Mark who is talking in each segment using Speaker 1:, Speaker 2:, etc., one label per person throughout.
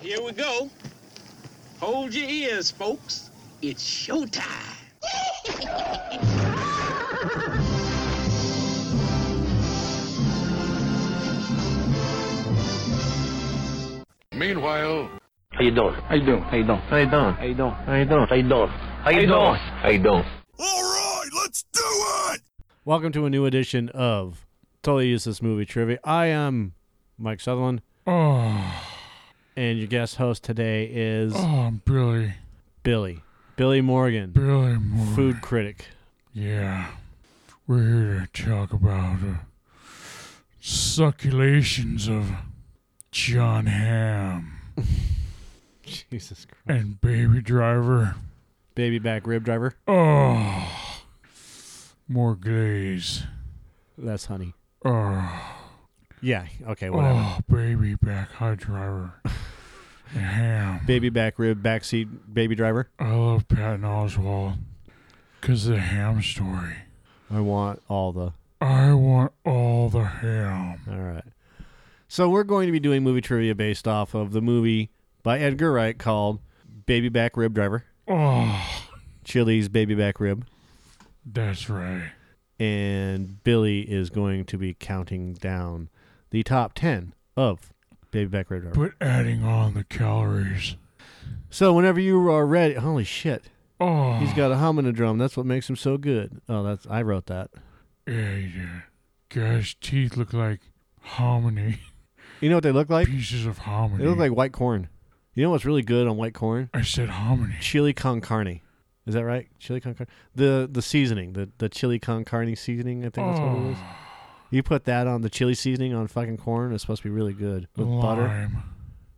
Speaker 1: here we go. Hold your ears, folks. It's showtime.
Speaker 2: Meanwhile,
Speaker 3: How you doing? How you doing? How you doing? How you doing? How you doing? How you doing? How you doing? How you doing? How you doing?
Speaker 4: Welcome to a new edition of Totally Useless Movie Trivia. I am Mike Sutherland. And your guest host today is
Speaker 5: Oh, Billy,
Speaker 4: Billy. Billy Morgan,
Speaker 5: Billy Moore.
Speaker 4: food critic.
Speaker 5: Yeah, we're here to talk about uh, succulations of John Ham
Speaker 4: Jesus Christ.
Speaker 5: and Baby Driver.
Speaker 4: Baby back rib driver.
Speaker 5: Oh, more glaze.
Speaker 4: That's honey.
Speaker 5: Oh,
Speaker 4: Yeah. Okay, whatever.
Speaker 5: oh baby back high driver. and ham.
Speaker 4: Baby back rib backseat baby driver.
Speaker 5: I love Patton Oswald because of the ham story.
Speaker 4: I want all the.
Speaker 5: I want all the ham.
Speaker 4: All right. So we're going to be doing movie trivia based off of the movie by Edgar Wright called Baby Back Rib Driver.
Speaker 5: Oh,
Speaker 4: Chili's Baby Back Rib.
Speaker 5: that's right.
Speaker 4: and Billy is going to be counting down the top 10 of Baby Back Rib Driver.
Speaker 5: But adding on the calories.
Speaker 4: So whenever you are ready, holy shit,
Speaker 5: Oh,
Speaker 4: he's got a hominid drum. That's what makes him so good. Oh, that's I wrote that.
Speaker 5: yeah, he did. Guy's teeth look like hominy
Speaker 4: You know what they look like?
Speaker 5: pieces of hominy.
Speaker 4: They look like white corn. You know what's really good on white corn?
Speaker 5: I said hominy.
Speaker 4: Chili con carne. Is that right? Chili con carne. The the seasoning, the the chili con carne seasoning. I think that's what it is.
Speaker 5: Oh,
Speaker 4: You put that on the chili seasoning on fucking corn. It's supposed to be really good with butter.
Speaker 5: Lime.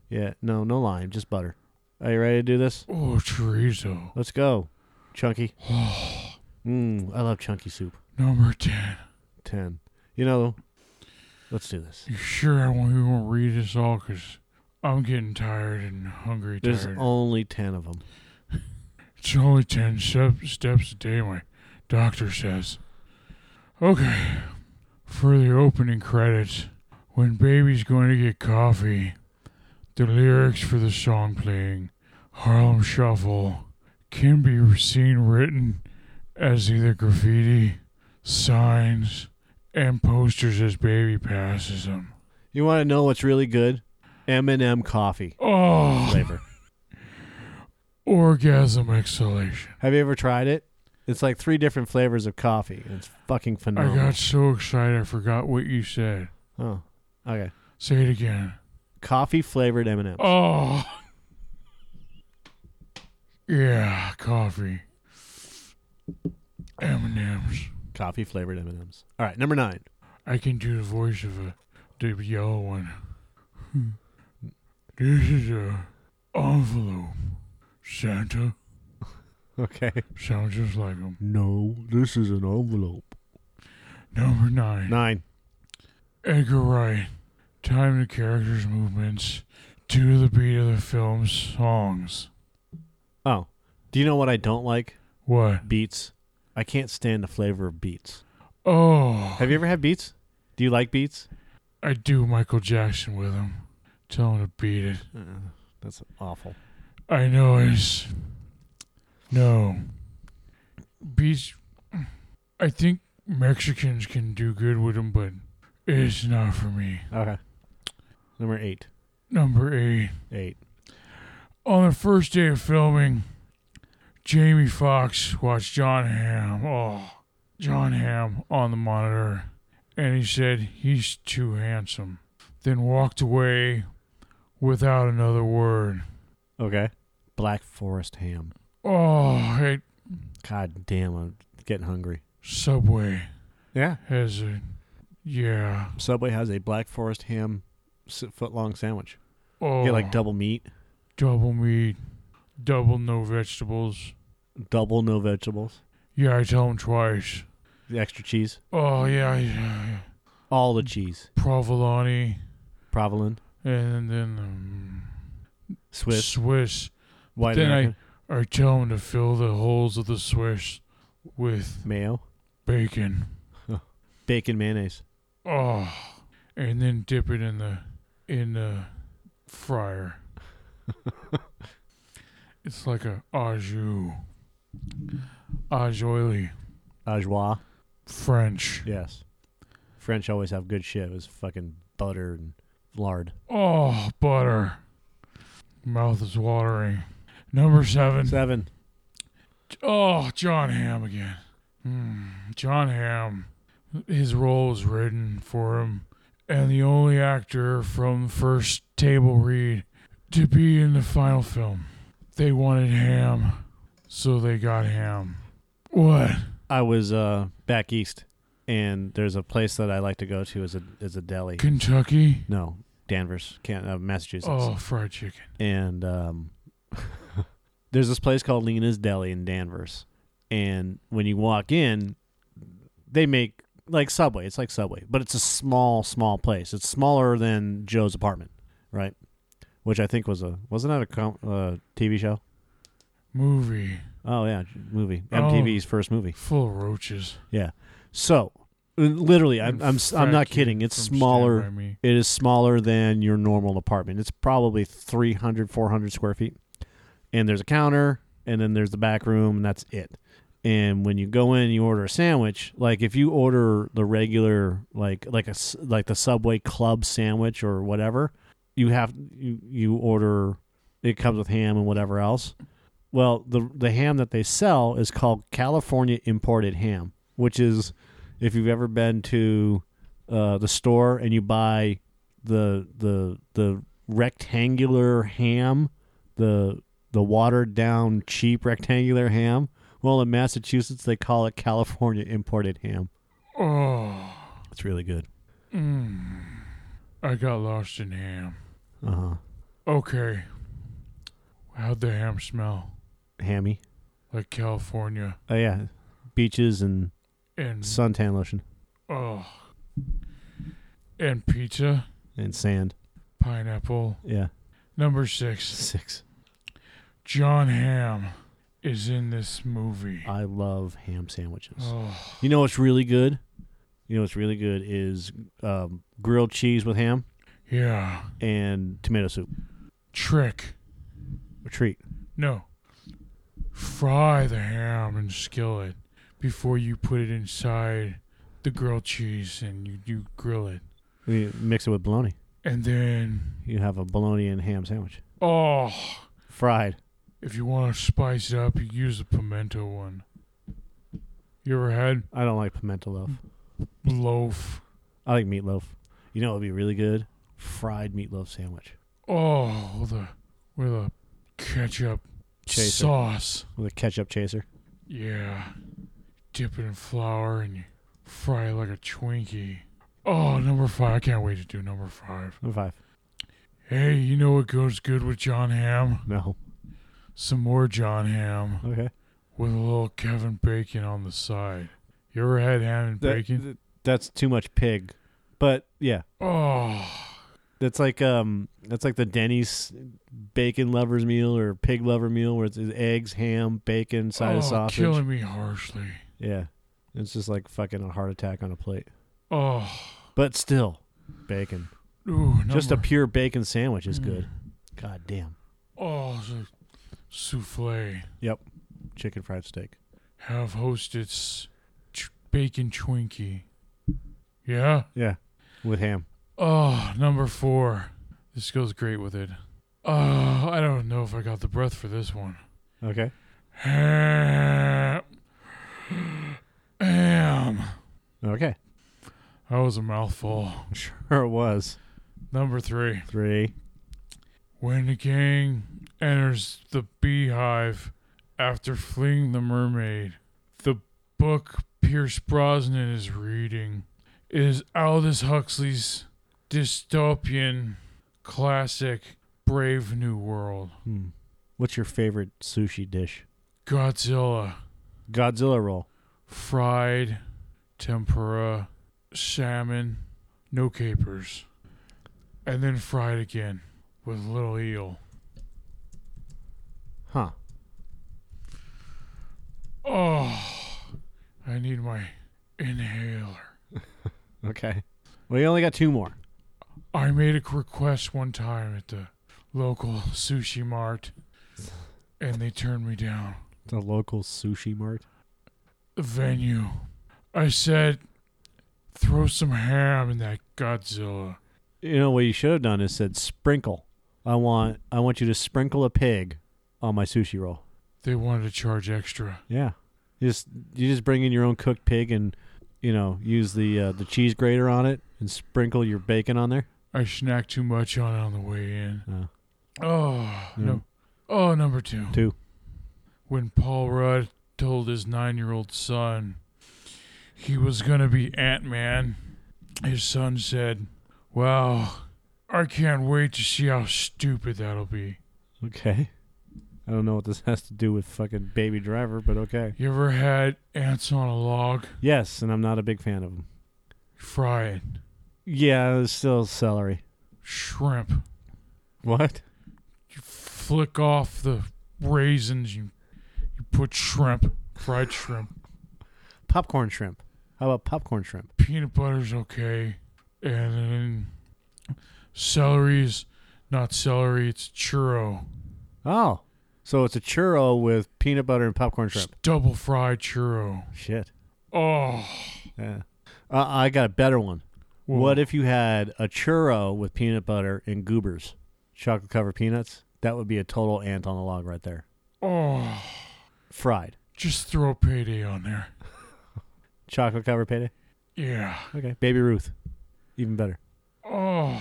Speaker 4: Yeah, no, no lime, just butter. Are you ready to do this?
Speaker 5: Oh, chorizo.
Speaker 4: Let's go, Chunky. mm, I love Chunky soup.
Speaker 5: Number ten.
Speaker 4: Ten. You know, let's do this.
Speaker 5: You sure I won't, you won't read this all? Cause I'm getting tired and hungry.
Speaker 4: There's
Speaker 5: tired.
Speaker 4: only ten of them.
Speaker 5: it's only ten step, steps a day. My doctor says. Okay, for the opening credits, when baby's going to get coffee, the lyrics for the song playing, Harlem Shuffle, can be seen written as either graffiti, signs, and posters as baby passes them.
Speaker 4: You want to know what's really good? M&M coffee
Speaker 5: Oh,
Speaker 4: flavor.
Speaker 5: orgasm exhalation.
Speaker 4: Have you ever tried it? It's like three different flavors of coffee. It's fucking
Speaker 5: I
Speaker 4: phenomenal.
Speaker 5: got so excited I forgot what you said.
Speaker 4: Oh, okay.
Speaker 5: Say it again.
Speaker 4: Coffee flavored M&M.
Speaker 5: Oh. Yeah, coffee. M&M's.
Speaker 4: Coffee flavored M&Ms. All right, number nine.
Speaker 5: I can do the voice of a the yellow one. This is a envelope. Santa
Speaker 4: Okay.
Speaker 5: sounds just like him.
Speaker 4: No, this is an envelope.
Speaker 5: Number nine.
Speaker 4: Nine.
Speaker 5: Edgar Wright. Time the characters' movements to the beat of the film's songs.
Speaker 4: Oh, do you know what I don't like?
Speaker 5: What?
Speaker 4: Beets. I can't stand the flavor of beets.
Speaker 5: Oh.
Speaker 4: Have you ever had beets? Do you like beets?
Speaker 5: I do Michael Jackson with him. Tell him to beat it.
Speaker 4: That's awful.
Speaker 5: I know it's no beach. I think Mexicans can do good with them, but it's not for me.
Speaker 4: Okay. Number eight.
Speaker 5: Number eight.
Speaker 4: Eight.
Speaker 5: On the first day of filming, Jamie Foxx watched John Hamm. Oh, John Hamm on the monitor, and he said he's too handsome. Then walked away without another word.
Speaker 4: Okay. Black Forest ham.
Speaker 5: Oh, hey,
Speaker 4: God damn, I'm getting hungry.
Speaker 5: Subway.
Speaker 4: Yeah.
Speaker 5: has a yeah.
Speaker 4: Subway has a Black Forest ham s- foot long sandwich.
Speaker 5: Oh,
Speaker 4: Get like double meat,
Speaker 5: double meat, double no vegetables.
Speaker 4: double no vegetables,
Speaker 5: Yeah, I tell him twice.
Speaker 4: the extra cheese,
Speaker 5: Oh yeah, yeah, yeah.
Speaker 4: all the cheese,
Speaker 5: provolone,
Speaker 4: provolone,
Speaker 5: and then um,
Speaker 4: Swiss,
Speaker 5: Swiss.
Speaker 4: white
Speaker 5: then I-
Speaker 4: American,
Speaker 5: I tell him to fill the holes of the Swiss with
Speaker 4: mayo,
Speaker 5: bacon.
Speaker 4: bacon mayonnaise.
Speaker 5: Oh, and then dip it in the in the fryer. It's like a au jus. Au jus,
Speaker 4: Au joie.
Speaker 5: French.
Speaker 4: Yes. French always have good shit. It was fucking butter and lard.
Speaker 5: Oh, butter. Mouth is watering. Number seven.
Speaker 4: Seven.
Speaker 5: Oh, John Hamm again. Hmm. John Hamm. His role was written for him, and the only actor from first table read to be in the final film. They wanted Ham, so they got Ham. What?
Speaker 4: I was uh, back east, and there's a place that I like to go to is a is a deli.
Speaker 5: Kentucky?
Speaker 4: No, Danvers, can uh, Massachusetts,
Speaker 5: Oh, fried chicken.
Speaker 4: and um, there's this place called Lena's Deli in Danvers, and when you walk in, they make like Subway. It's like Subway, but it's a small, small place. It's smaller than Joe's apartment, right? Which I think was a wasn't that a com- uh, TV show?
Speaker 5: Movie.
Speaker 4: Oh yeah, movie.
Speaker 5: Oh.
Speaker 4: MTV's first movie.
Speaker 5: Full of roaches.
Speaker 4: Yeah. So, uh, literally, I'm
Speaker 5: And
Speaker 4: I'm s- I'm
Speaker 5: fried
Speaker 4: not
Speaker 5: chicken
Speaker 4: kidding. It's
Speaker 5: from
Speaker 4: smaller.
Speaker 5: Stand By Me.
Speaker 4: It is smaller than your normal apartment. It's probably 300, 400 square feet. And there's a counter, and then there's the back room, and that's it. And when you go in, you order a sandwich. Like if you order the regular, like like a s- like the Subway club sandwich or whatever, you have you you order. It comes with ham and whatever else. Well, the the ham that they sell is called California imported ham, which is if you've ever been to uh, the store and you buy the the the rectangular ham, the the watered down cheap rectangular ham. Well, in Massachusetts they call it California imported ham.
Speaker 5: Oh.
Speaker 4: It's really good.
Speaker 5: Mm. I got lost in ham.
Speaker 4: Uh huh.
Speaker 5: Okay. How'd the ham smell?
Speaker 4: Hammy.
Speaker 5: Like California
Speaker 4: Oh yeah, beaches and
Speaker 5: and
Speaker 4: suntan lotion
Speaker 5: oh, and pizza,
Speaker 4: and sand.
Speaker 5: pineapple.
Speaker 4: Yeah.
Speaker 5: Number six,
Speaker 4: Six.
Speaker 5: John Ham is in this movie.
Speaker 4: I love ham sandwiches.
Speaker 5: Oh,
Speaker 4: You know what's really good? You know what's really good is um, grilled cheese with ham
Speaker 5: yeah,
Speaker 4: and tomato soup.
Speaker 5: trick.
Speaker 4: A treat.
Speaker 5: No, fry the ham in skillet before you put it inside the grilled cheese and you, you grill it,
Speaker 4: You mix it with bologna.
Speaker 5: and then
Speaker 4: You have a bologna and ham sandwich.
Speaker 5: oh.
Speaker 4: Fried.
Speaker 5: If you want to spice it up, you use the pimento one. You ever had
Speaker 4: I don't like pimento loaf.
Speaker 5: loaf?
Speaker 4: I like meatloaf. You know what would be really good? Fried meatloaf sandwich
Speaker 5: Oh, with a with a ketchup
Speaker 4: Chaser.
Speaker 5: sauce.
Speaker 4: with a ketchup chaser.
Speaker 5: Yeah, dip it in flour and you fry it like a Twinkie. Oh, number five! I can't wait to do number five.
Speaker 4: Number five.
Speaker 5: Hey, you know what goes good with John Ham?
Speaker 4: No.
Speaker 5: Some more John Ham
Speaker 4: Okay.
Speaker 5: with a little Kevin Bacon on the side. You ever had ham and
Speaker 4: That-
Speaker 5: bacon?
Speaker 4: th- that's too much pig. But yeah,
Speaker 5: oh.
Speaker 4: that's like um, that's like the Denny's bacon lovers meal or pig lover meal where it's it's eggs, ham, bacon, side
Speaker 5: oh,
Speaker 4: of sausage.
Speaker 5: killing me harshly.
Speaker 4: Yeah, it's just like fucking a heart attack on a plate.
Speaker 5: Oh,
Speaker 4: But still, bacon.
Speaker 5: ooh, number,
Speaker 4: Just a pure bacon sandwich
Speaker 5: Mm.
Speaker 4: is good. God damn.
Speaker 5: oh the souffle.
Speaker 4: Yep. Chicken fried steak.
Speaker 5: Have hosted s- ch- bacon Twinkie. Yeah.
Speaker 4: Yeah. With ham.
Speaker 5: Oh, number four. This goes great with it. Oh, I don't know if I got the breath for this one.
Speaker 4: Okay.
Speaker 5: Ham. Ham.
Speaker 4: Okay.
Speaker 5: That was a mouthful.
Speaker 4: Sure was.
Speaker 5: Number three.
Speaker 4: Three.
Speaker 5: When the gang enters the beehive after fleeing the mermaid, the book Pierce Brosnan is reading is Aldous Huxley's dystopian classic Brave New World.
Speaker 4: Hmm. What's your favorite sushi dish?
Speaker 5: Godzilla,
Speaker 4: Godzilla roll.
Speaker 5: fried tempura, salmon, no capers, and then fried again with little eel.
Speaker 4: Huh.
Speaker 5: Oh, I need my inhaler.
Speaker 4: Okay. Well, you only got two more.
Speaker 5: I made a request one time at the local sushi mart, and they turned me down.
Speaker 4: The local sushi mart.
Speaker 5: venue. I said, throw some ham in that Godzilla.
Speaker 4: You know what you should have done is said sprinkle. I want I want you to sprinkle a pig on my sushi roll.
Speaker 5: They wanted to charge extra.
Speaker 4: Yeah. You just you just bring in your own cooked pig and you know use the uh, the cheese grater on it and sprinkle your bacon on there.
Speaker 5: I snacked too much on it on the way in.
Speaker 4: Oh.
Speaker 5: Oh, no. Oh, number two.
Speaker 4: Two.
Speaker 5: When Paul Rudd told his nine year old son he was going to be Ant Man, his son said, Wow, I can't wait to see how stupid that'll be.
Speaker 4: Okay. I don't know what this has to do with fucking Baby Driver, but okay.
Speaker 5: You ever had ants on a log?
Speaker 4: Yes, and I'm not a big fan of them.
Speaker 5: Fry it.
Speaker 4: Yeah, it's still celery.
Speaker 5: Shrimp.
Speaker 4: What?
Speaker 5: you flick off the raisins, you you put shrimp, fried shrimp,
Speaker 4: Popcorn shrimp. How about popcorn shrimp?
Speaker 5: peanut butter's okay, and then celery's not celery, it's churro.
Speaker 4: Oh. So it's a churro with peanut butter and popcorn
Speaker 5: It's
Speaker 4: shrimp.
Speaker 5: double fried churro.
Speaker 4: Shit.
Speaker 5: Oh,
Speaker 4: Yeah. Uh, I got a better one.
Speaker 5: Whoa.
Speaker 4: What if you had a churro with peanut butter and goobers, chocolate covered peanuts? That would be a total ant on the log right there.
Speaker 5: oh,
Speaker 4: Fried
Speaker 5: just throw payday on there.
Speaker 4: chocolate covered payday.
Speaker 5: Yeah.
Speaker 4: Okay, baby Ruth, even better.
Speaker 5: Oh,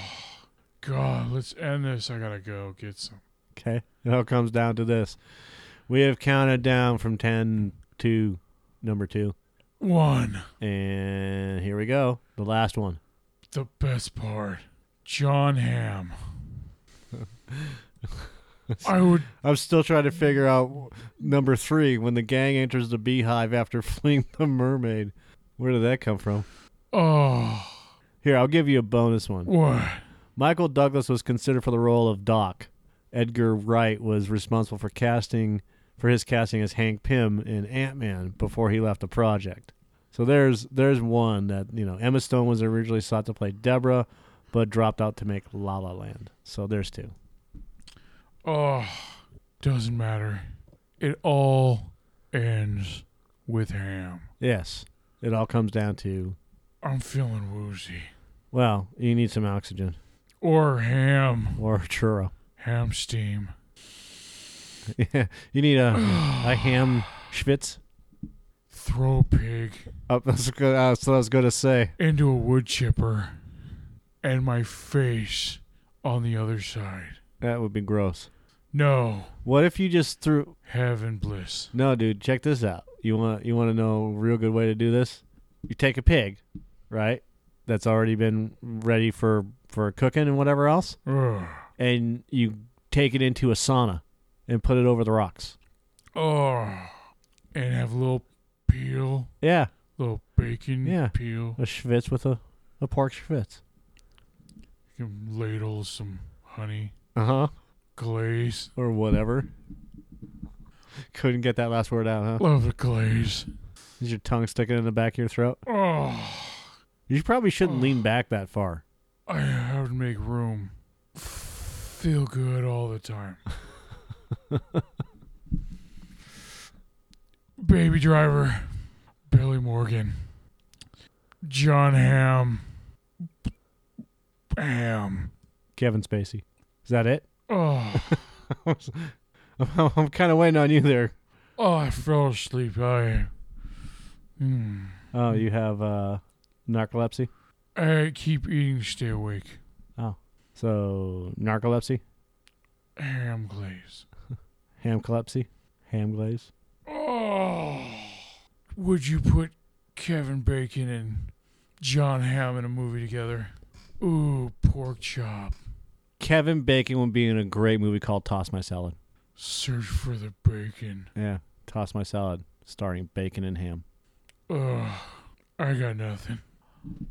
Speaker 5: God, let's end this. I gotta go get some.
Speaker 4: Okay, it all comes down to this: we have counted down from ten to number two,
Speaker 5: One,
Speaker 4: and here we go. The last one.
Speaker 5: the best part, John Ham. I would
Speaker 4: I'm still trying to figure out number three when the gang enters the beehive after fleeing the mermaid. Where did that come from?
Speaker 5: Oh,
Speaker 4: Here, I'll give you a bonus one.
Speaker 5: what?
Speaker 4: Michael Douglas was considered for the role of Doc. Edgar Wright was responsible for casting for his casting as Hank Pym in Ant Man before he left the project. So there's there's one that you know Emma Stone was originally sought to play Deborah, but dropped out to make La La Land. So there's two.
Speaker 5: Oh, doesn't matter. It all ends with ham.
Speaker 4: Yes, it all comes down to
Speaker 5: I'm feeling woozy.
Speaker 4: well, you need some oxygen
Speaker 5: Or ham.
Speaker 4: or a churro.
Speaker 5: Ham steam.
Speaker 4: you need a a ham schwitz.
Speaker 5: Throw pig
Speaker 4: Uh, that's good. Uh, so I was going to say.
Speaker 5: into a wood chipper and my face on the other side.
Speaker 4: That would be gross.
Speaker 5: No.
Speaker 4: What if you just threw
Speaker 5: Heaven bliss.
Speaker 4: No, dude, check this out. You want you want to know a real good way to do this? You take a pig, right? That's already been ready for for cooking and whatever else,
Speaker 5: Ugh.
Speaker 4: and you take it into a sauna and put it over the rocks.
Speaker 5: Oh. And have a little peel,
Speaker 4: Yeah,
Speaker 5: little bacon
Speaker 4: Yeah.
Speaker 5: peel.
Speaker 4: a schwitz with a a pork schwitz.
Speaker 5: You can ladle some honey.
Speaker 4: Uh huh.
Speaker 5: glaze.
Speaker 4: Or whatever. Couldn't get that last word out, huh?
Speaker 5: Love the glaze.
Speaker 4: Is your tongue sticking in the back of your throat?
Speaker 5: Oh,
Speaker 4: You probably shouldn't lean back that far.
Speaker 5: I have to make room. Feel good all the time. Baby Driver, Billy Morgan, John Ham, Ham.
Speaker 4: Kevin Spacey. Is that it?
Speaker 5: Oh,
Speaker 4: I'm kind of waiting on you there.
Speaker 5: oh, I fell asleep. I, mm.
Speaker 4: Oh, you have uh, narcolepsy.
Speaker 5: I keep eating to stay awake.
Speaker 4: So narcolepsy,
Speaker 5: Ham glaze.
Speaker 4: hamcolepsy, ham glaze.
Speaker 5: Oh, would you put Kevin Bacon and John Hamm in a movie together? Ooh, pork chop.
Speaker 4: Kevin Bacon would be in a great movie called Toss My Salad.
Speaker 5: Search for the bacon.
Speaker 4: Yeah, Toss My Salad, starring Bacon and Ham.
Speaker 5: Ugh, I got nothing.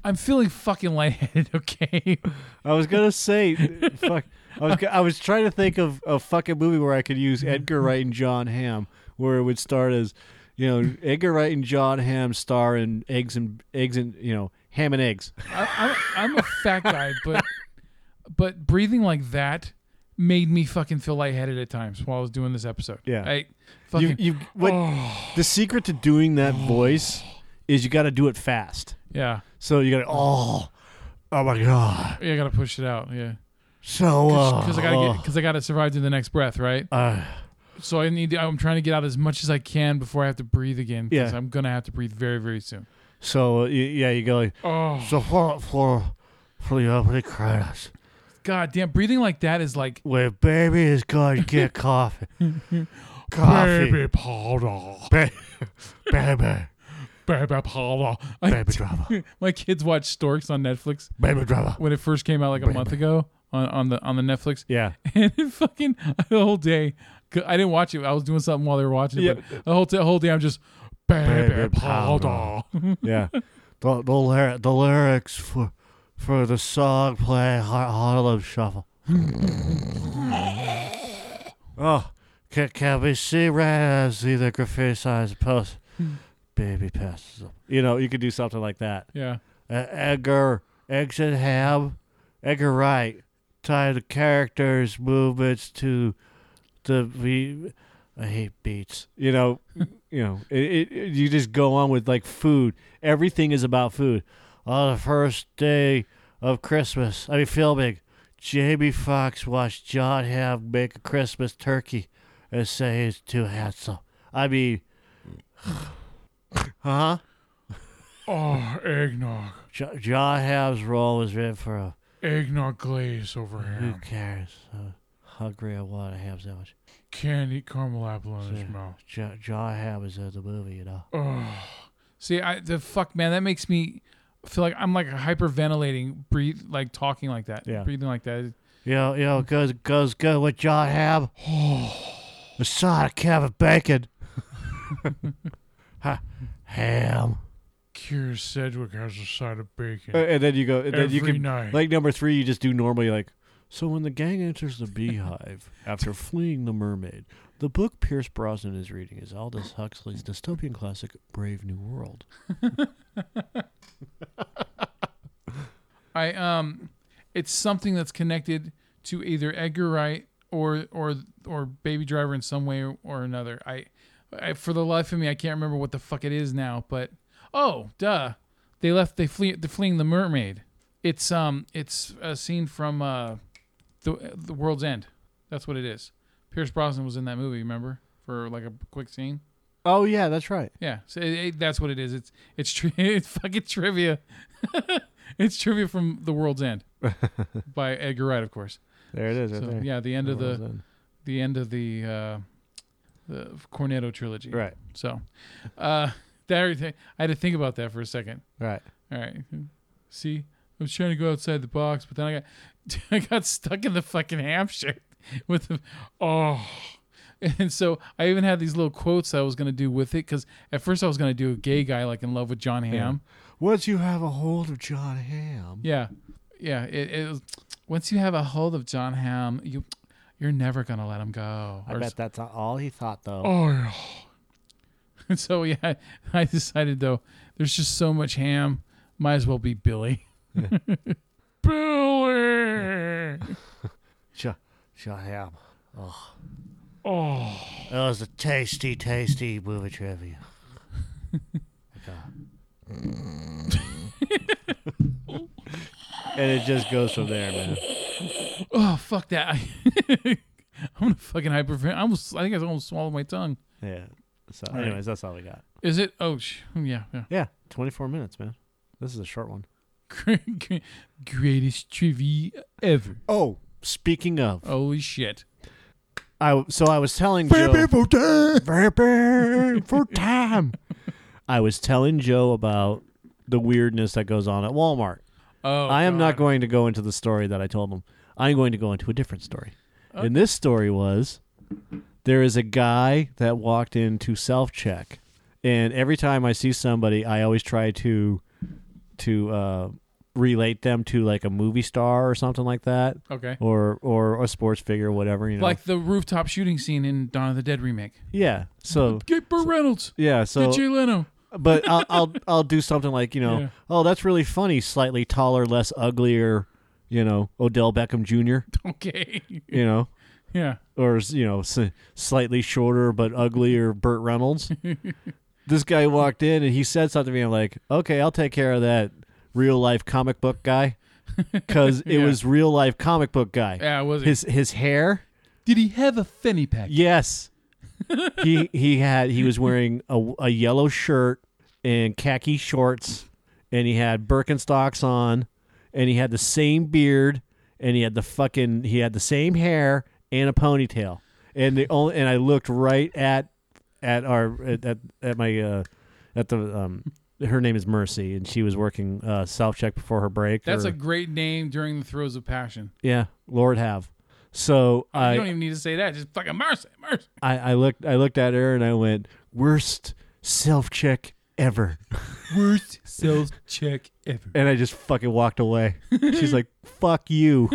Speaker 2: I'm feeling fucking lightheaded, okay?
Speaker 4: I was gonna say, fuck. I was I was trying to think of a fucking movie where I could use Edgar Wright and John Hamm, where it would start as, you know, Edgar Wright and John Hamm star in eggs and eggs and you know ham and eggs.
Speaker 2: I, I'm, I'm a fat guy, but but breathing like that
Speaker 5: made me fucking feel lightheaded at times while I was doing this episode.
Speaker 4: Yeah.
Speaker 5: I
Speaker 4: You,
Speaker 5: fucking Oh.
Speaker 4: you what? The secret to doing that voice is you got to do it fast.
Speaker 5: yeah.
Speaker 4: So you got to oh, oh my god.
Speaker 5: Yeah, I gotta push it out. Yeah,
Speaker 4: So
Speaker 5: because I gotta because I gotta survive to the next breath, right?
Speaker 4: uh,
Speaker 5: So I need. To, I'm trying to get out as much as I can before I have to breathe again. Because
Speaker 4: Yeah.
Speaker 5: I'm gonna have to breathe very very soon.
Speaker 4: so uh, y- yeah, you go like
Speaker 5: Oh
Speaker 4: so for for for the opening credits.
Speaker 5: god damn! Breathing like that is like
Speaker 4: Where baby is going to get coffee, coffee,
Speaker 6: Baby powder.
Speaker 4: Ba- baby,
Speaker 6: Baby powder.
Speaker 5: I,
Speaker 4: baby driver,
Speaker 5: my kids watch Storks on Netflix
Speaker 4: baby driver.
Speaker 5: when it first came out like a month ago on, on the on the Netflix.
Speaker 4: Yeah,
Speaker 5: and it fucking the whole day. 'cause I didn't watch it. I was doing something while they were watching it. But the whole t- whole day, I'm just baby
Speaker 4: Baby
Speaker 5: powder.
Speaker 4: yeah. the the, lyri- the lyrics for for the song play Har- Harlem Shuffle. oh, can, can we see red as see the graffiti signs post? Baby passes up. You know, you could do something like that.
Speaker 5: Yeah,
Speaker 4: Uh, Edgar Exit Ham, Edgar Wright, tie the characters' movements to the we. I hate beats. You know, you know. It, it, it- you just go on with like food. Everything is about food. On the first day of Christmas, I mean filming, Jamie Foxx watched John Ham make a Christmas turkey, and say he's too handsome. I mean, huh?
Speaker 6: Oh, eggnog.
Speaker 4: Jo- John Ham's role was written for a
Speaker 6: Eggnog glaze over
Speaker 5: Mm-hmm.
Speaker 4: Who
Speaker 6: ham.
Speaker 4: cares? Uh, hungry, I want a ham sandwich.
Speaker 6: Candy caramel apple in his
Speaker 4: Yeah.
Speaker 6: mouth.
Speaker 4: Jo- John Ham is in the movie, you know.
Speaker 6: Oh,
Speaker 5: See, I the fuck, man, that makes me feel like I'm like hyperventilating, breathe like talking like that,
Speaker 4: Yeah.
Speaker 5: breathing like that.
Speaker 4: You know, you know, goes goes good with John Ham. the side of Kevin Bacon. Ha- ham.
Speaker 6: Cure Sedgwick has a side of bacon.
Speaker 4: Uh, and then you go. And
Speaker 6: then you Every can- night.
Speaker 4: like number three, you just do normally like. So when the gang enters the beehive after fleeing the mermaid, the book Pierce Brosnan is reading is Aldous Huxley's dystopian classic Brave New World.
Speaker 5: I um, it's something that's connected to either Edgar Wright or or or Baby Driver in some way or another. I, I for the life of me, I can't remember what the fuck it is now. But oh, duh, they left. They flee. They're fleeing the mermaid. It's um, it's a scene from uh, the the World's End. That's what it is. Pierce Brosnan was in that movie. Remember for like a quick scene.
Speaker 4: Oh yeah, that's right.
Speaker 5: Yeah, so it, it- that's what it is. It's it's tri- it's fucking trivia. it's trivia from The World's End by Edgar Wright, of course.
Speaker 4: There it is. Right
Speaker 5: So
Speaker 4: there.
Speaker 5: yeah, the end of
Speaker 4: Well
Speaker 5: the
Speaker 4: done.
Speaker 5: the end of the uh, the Cornetto trilogy.
Speaker 4: right,
Speaker 5: So uh, that I had to think about that for a second.
Speaker 4: right.
Speaker 5: All right, see, I was trying to go outside the box, but then I got I got stuck in the fucking hamster with the oh. And so I even had these little quotes I was gonna do with it because at first I was gonna do a gay guy like in love with John Hamm,
Speaker 4: Once you have a hold of John Ham,
Speaker 5: Yeah, yeah. It, it was, once you have a hold of John Hamm, you you're never gonna let him go.
Speaker 4: I
Speaker 5: Or
Speaker 4: bet that's not all he thought though.
Speaker 6: oh, yeah.
Speaker 5: s- so yeah, I decided though, there's just so much ham. Might as well be Billy.
Speaker 6: Billy.
Speaker 4: Jo- John Ham.
Speaker 6: Oh,
Speaker 4: That was a tasty, tasty movie trivia. and it just goes from there, man.
Speaker 5: Oh fuck that! I'm gonna fucking hypervent. I almost, I think I almost swallowed my tongue.
Speaker 4: Yeah. So, anyways, that's all we got.
Speaker 5: Is it? Oh sh- yeah, yeah.
Speaker 4: Yeah, 24 minutes, man. This is a short one.
Speaker 5: Greatest trivia ever.
Speaker 4: Oh, speaking of,
Speaker 5: Holy shit!
Speaker 4: I so I was telling Joe for time, for time. I was telling Joe about the weirdness that goes on at Walmart.
Speaker 5: Oh,
Speaker 4: I am not
Speaker 5: God.
Speaker 4: going to go into the story that I told him. I'm going to go into a different story. And this story was there is a guy that walked in to self check, and every time I see somebody, I always try to to uh, relate them to like a movie star or something like that,
Speaker 5: Okay.
Speaker 4: or or a sports figure, whatever you know.
Speaker 5: Like the rooftop shooting scene in Dawn of the Dead remake.
Speaker 4: yeah, Oh. so
Speaker 5: Get Burt Reynolds.
Speaker 4: yeah, so uh,
Speaker 5: Get Jay Leno.
Speaker 4: but I'll, I'll I'll do something like you know,
Speaker 5: Yeah.
Speaker 4: oh that's really funny, slightly taller, less uglier you know, Odell Beckham Jr.,
Speaker 5: Okay.
Speaker 4: you know,
Speaker 5: yeah.
Speaker 4: or, you know, s- slightly shorter but ugly or Burt Reynolds. this guy walked in and he said something to me. I'm like, okay, I'll take care of that real life comic book guy. Because it
Speaker 5: Yeah.
Speaker 4: was real life comic book guy.
Speaker 5: Yeah, was it?
Speaker 4: His, his hair.
Speaker 5: Did he have a fanny pack?
Speaker 4: Yes. he he had he was wearing a, a yellow shirt and khaki shorts and he had Birkenstocks on and he had the same beard and he had the fucking he had the same hair and a ponytail. And the only and I looked right at at our at at, at my uh at the um her name is Mercy and she was working uh self check before her break.
Speaker 5: That's
Speaker 4: or-
Speaker 5: a great name during the throes of passion.
Speaker 4: yeah, Lord have. So I
Speaker 5: you don't even need to say that. Just fucking mercy, mercy.
Speaker 4: I, I looked I looked at her and I went, worst self check ever.
Speaker 5: Worst sales check ever.
Speaker 4: And I just fucking walked away. She's like, fuck you.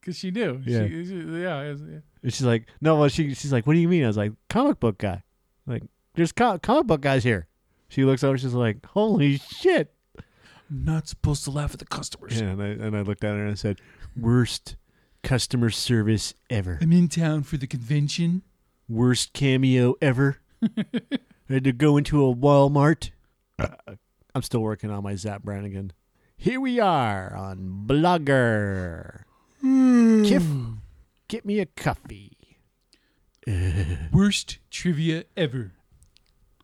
Speaker 5: Because she knew.
Speaker 4: Yeah.
Speaker 5: She, she- yeah, it was- yeah.
Speaker 4: And she's like, no, well, she she's like, what do you mean? I was like, comic book guy. Like, there's co- comic book guys here. She looks over, she's like, holy shit.
Speaker 5: Not supposed to laugh at the customers.
Speaker 4: Yeah, and I and I looked at her and I said, worst customer service ever.
Speaker 5: I'm in town for the convention.
Speaker 4: Worst cameo ever. I had to go into a Walmart. I'm still working on my Zap Brannigan. Here we are on Blogger. Kiff, get me a coffee.
Speaker 5: Worst trivia ever.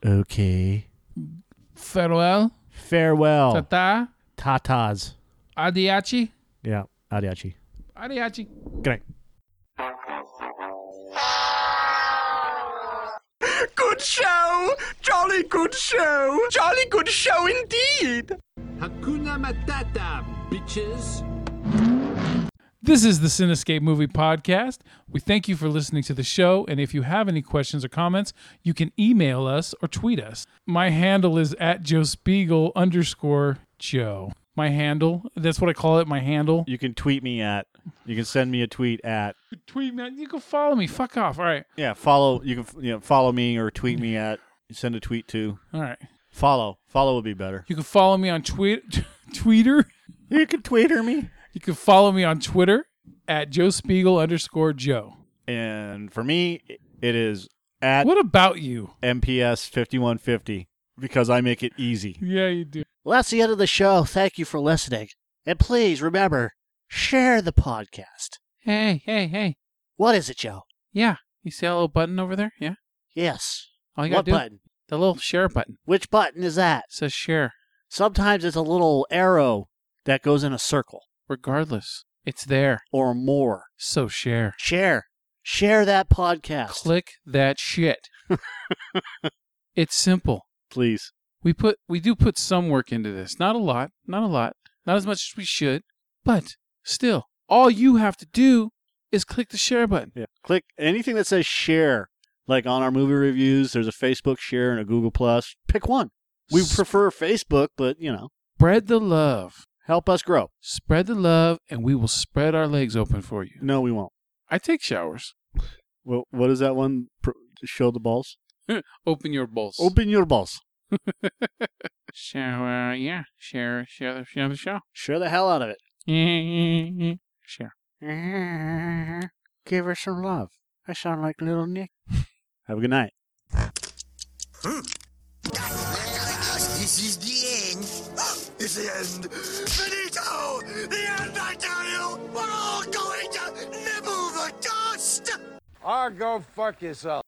Speaker 4: Okay.
Speaker 5: Farewell.
Speaker 4: Farewell.
Speaker 5: Tata.
Speaker 4: Tatas.
Speaker 5: Adiachi.
Speaker 4: Yeah. Adiachi.
Speaker 5: Adiachi.
Speaker 4: Good night.
Speaker 7: Good show! Jolly good show! Jolly good show indeed!
Speaker 8: Hakuna Matata, bitches.
Speaker 5: This is the Cinescape Movie Podcast. We thank you for listening to the show. And if you have any questions or comments, you can email us or tweet us. My handle is at Joe Spiegel underscore Joe. My handle. That's what I call it. My handle.
Speaker 9: You can tweet me at. You can send me a tweet at.
Speaker 5: Tweet me. You can follow me. Fuck off. All right.
Speaker 9: Yeah, follow. You can you know, follow me or tweet me at. Send a tweet to.
Speaker 5: All right.
Speaker 9: Follow. Follow would be better.
Speaker 5: You can follow me on tweet, Twitter.
Speaker 9: You can tweeter me.
Speaker 5: You can follow me on Twitter at Joe Spiegel underscore Joe.
Speaker 9: And for me, it is at
Speaker 5: What about you?
Speaker 9: MPS fifty one fifty because I make it easy.
Speaker 5: Yeah, you do.
Speaker 10: Well, that's the end of the show. Thank you for listening. And please remember, share the podcast.
Speaker 5: Hey, hey, hey.
Speaker 10: What is it, Joe?
Speaker 5: Yeah. You see that little button over there? Yeah.
Speaker 10: Yes.
Speaker 5: All you
Speaker 10: what
Speaker 5: gotta do
Speaker 10: button?
Speaker 5: the little share button.
Speaker 10: Which button is that?
Speaker 5: It says share.
Speaker 10: Sometimes it's a little arrow that goes in a circle
Speaker 5: Regardless, it's there.
Speaker 10: or more.
Speaker 5: So share.
Speaker 10: Share. Share that podcast.
Speaker 5: Click that shit. it's simple.
Speaker 9: Please.
Speaker 5: We put we do put some work into this. Not a lot, not a lot, not as much as we should, but still, all you have to do is click the share button.
Speaker 9: Yeah. Click anything that says share. Like on our movie reviews, there's a Facebook share and a Google Plus. Pick one. We
Speaker 5: S-
Speaker 9: prefer Facebook, but you know,
Speaker 5: Spread the love.
Speaker 9: help us grow.
Speaker 5: Spread the love and we will spread our legs open for you.
Speaker 9: No, we won't.
Speaker 5: I take showers.
Speaker 9: Well, what is that one? Pr- Show the balls.
Speaker 5: Open your bowls.
Speaker 9: Open your balls.
Speaker 5: Shower, yeah. Share, share the, share the show.
Speaker 9: Share the hell out of it.
Speaker 5: share.
Speaker 9: Give her some love. I sound like little Nick. Have a good night.
Speaker 7: This is the end. It's the end. Finito! The end, I tell you! We're all going to nibble the dust!
Speaker 11: Or go fuck yourself.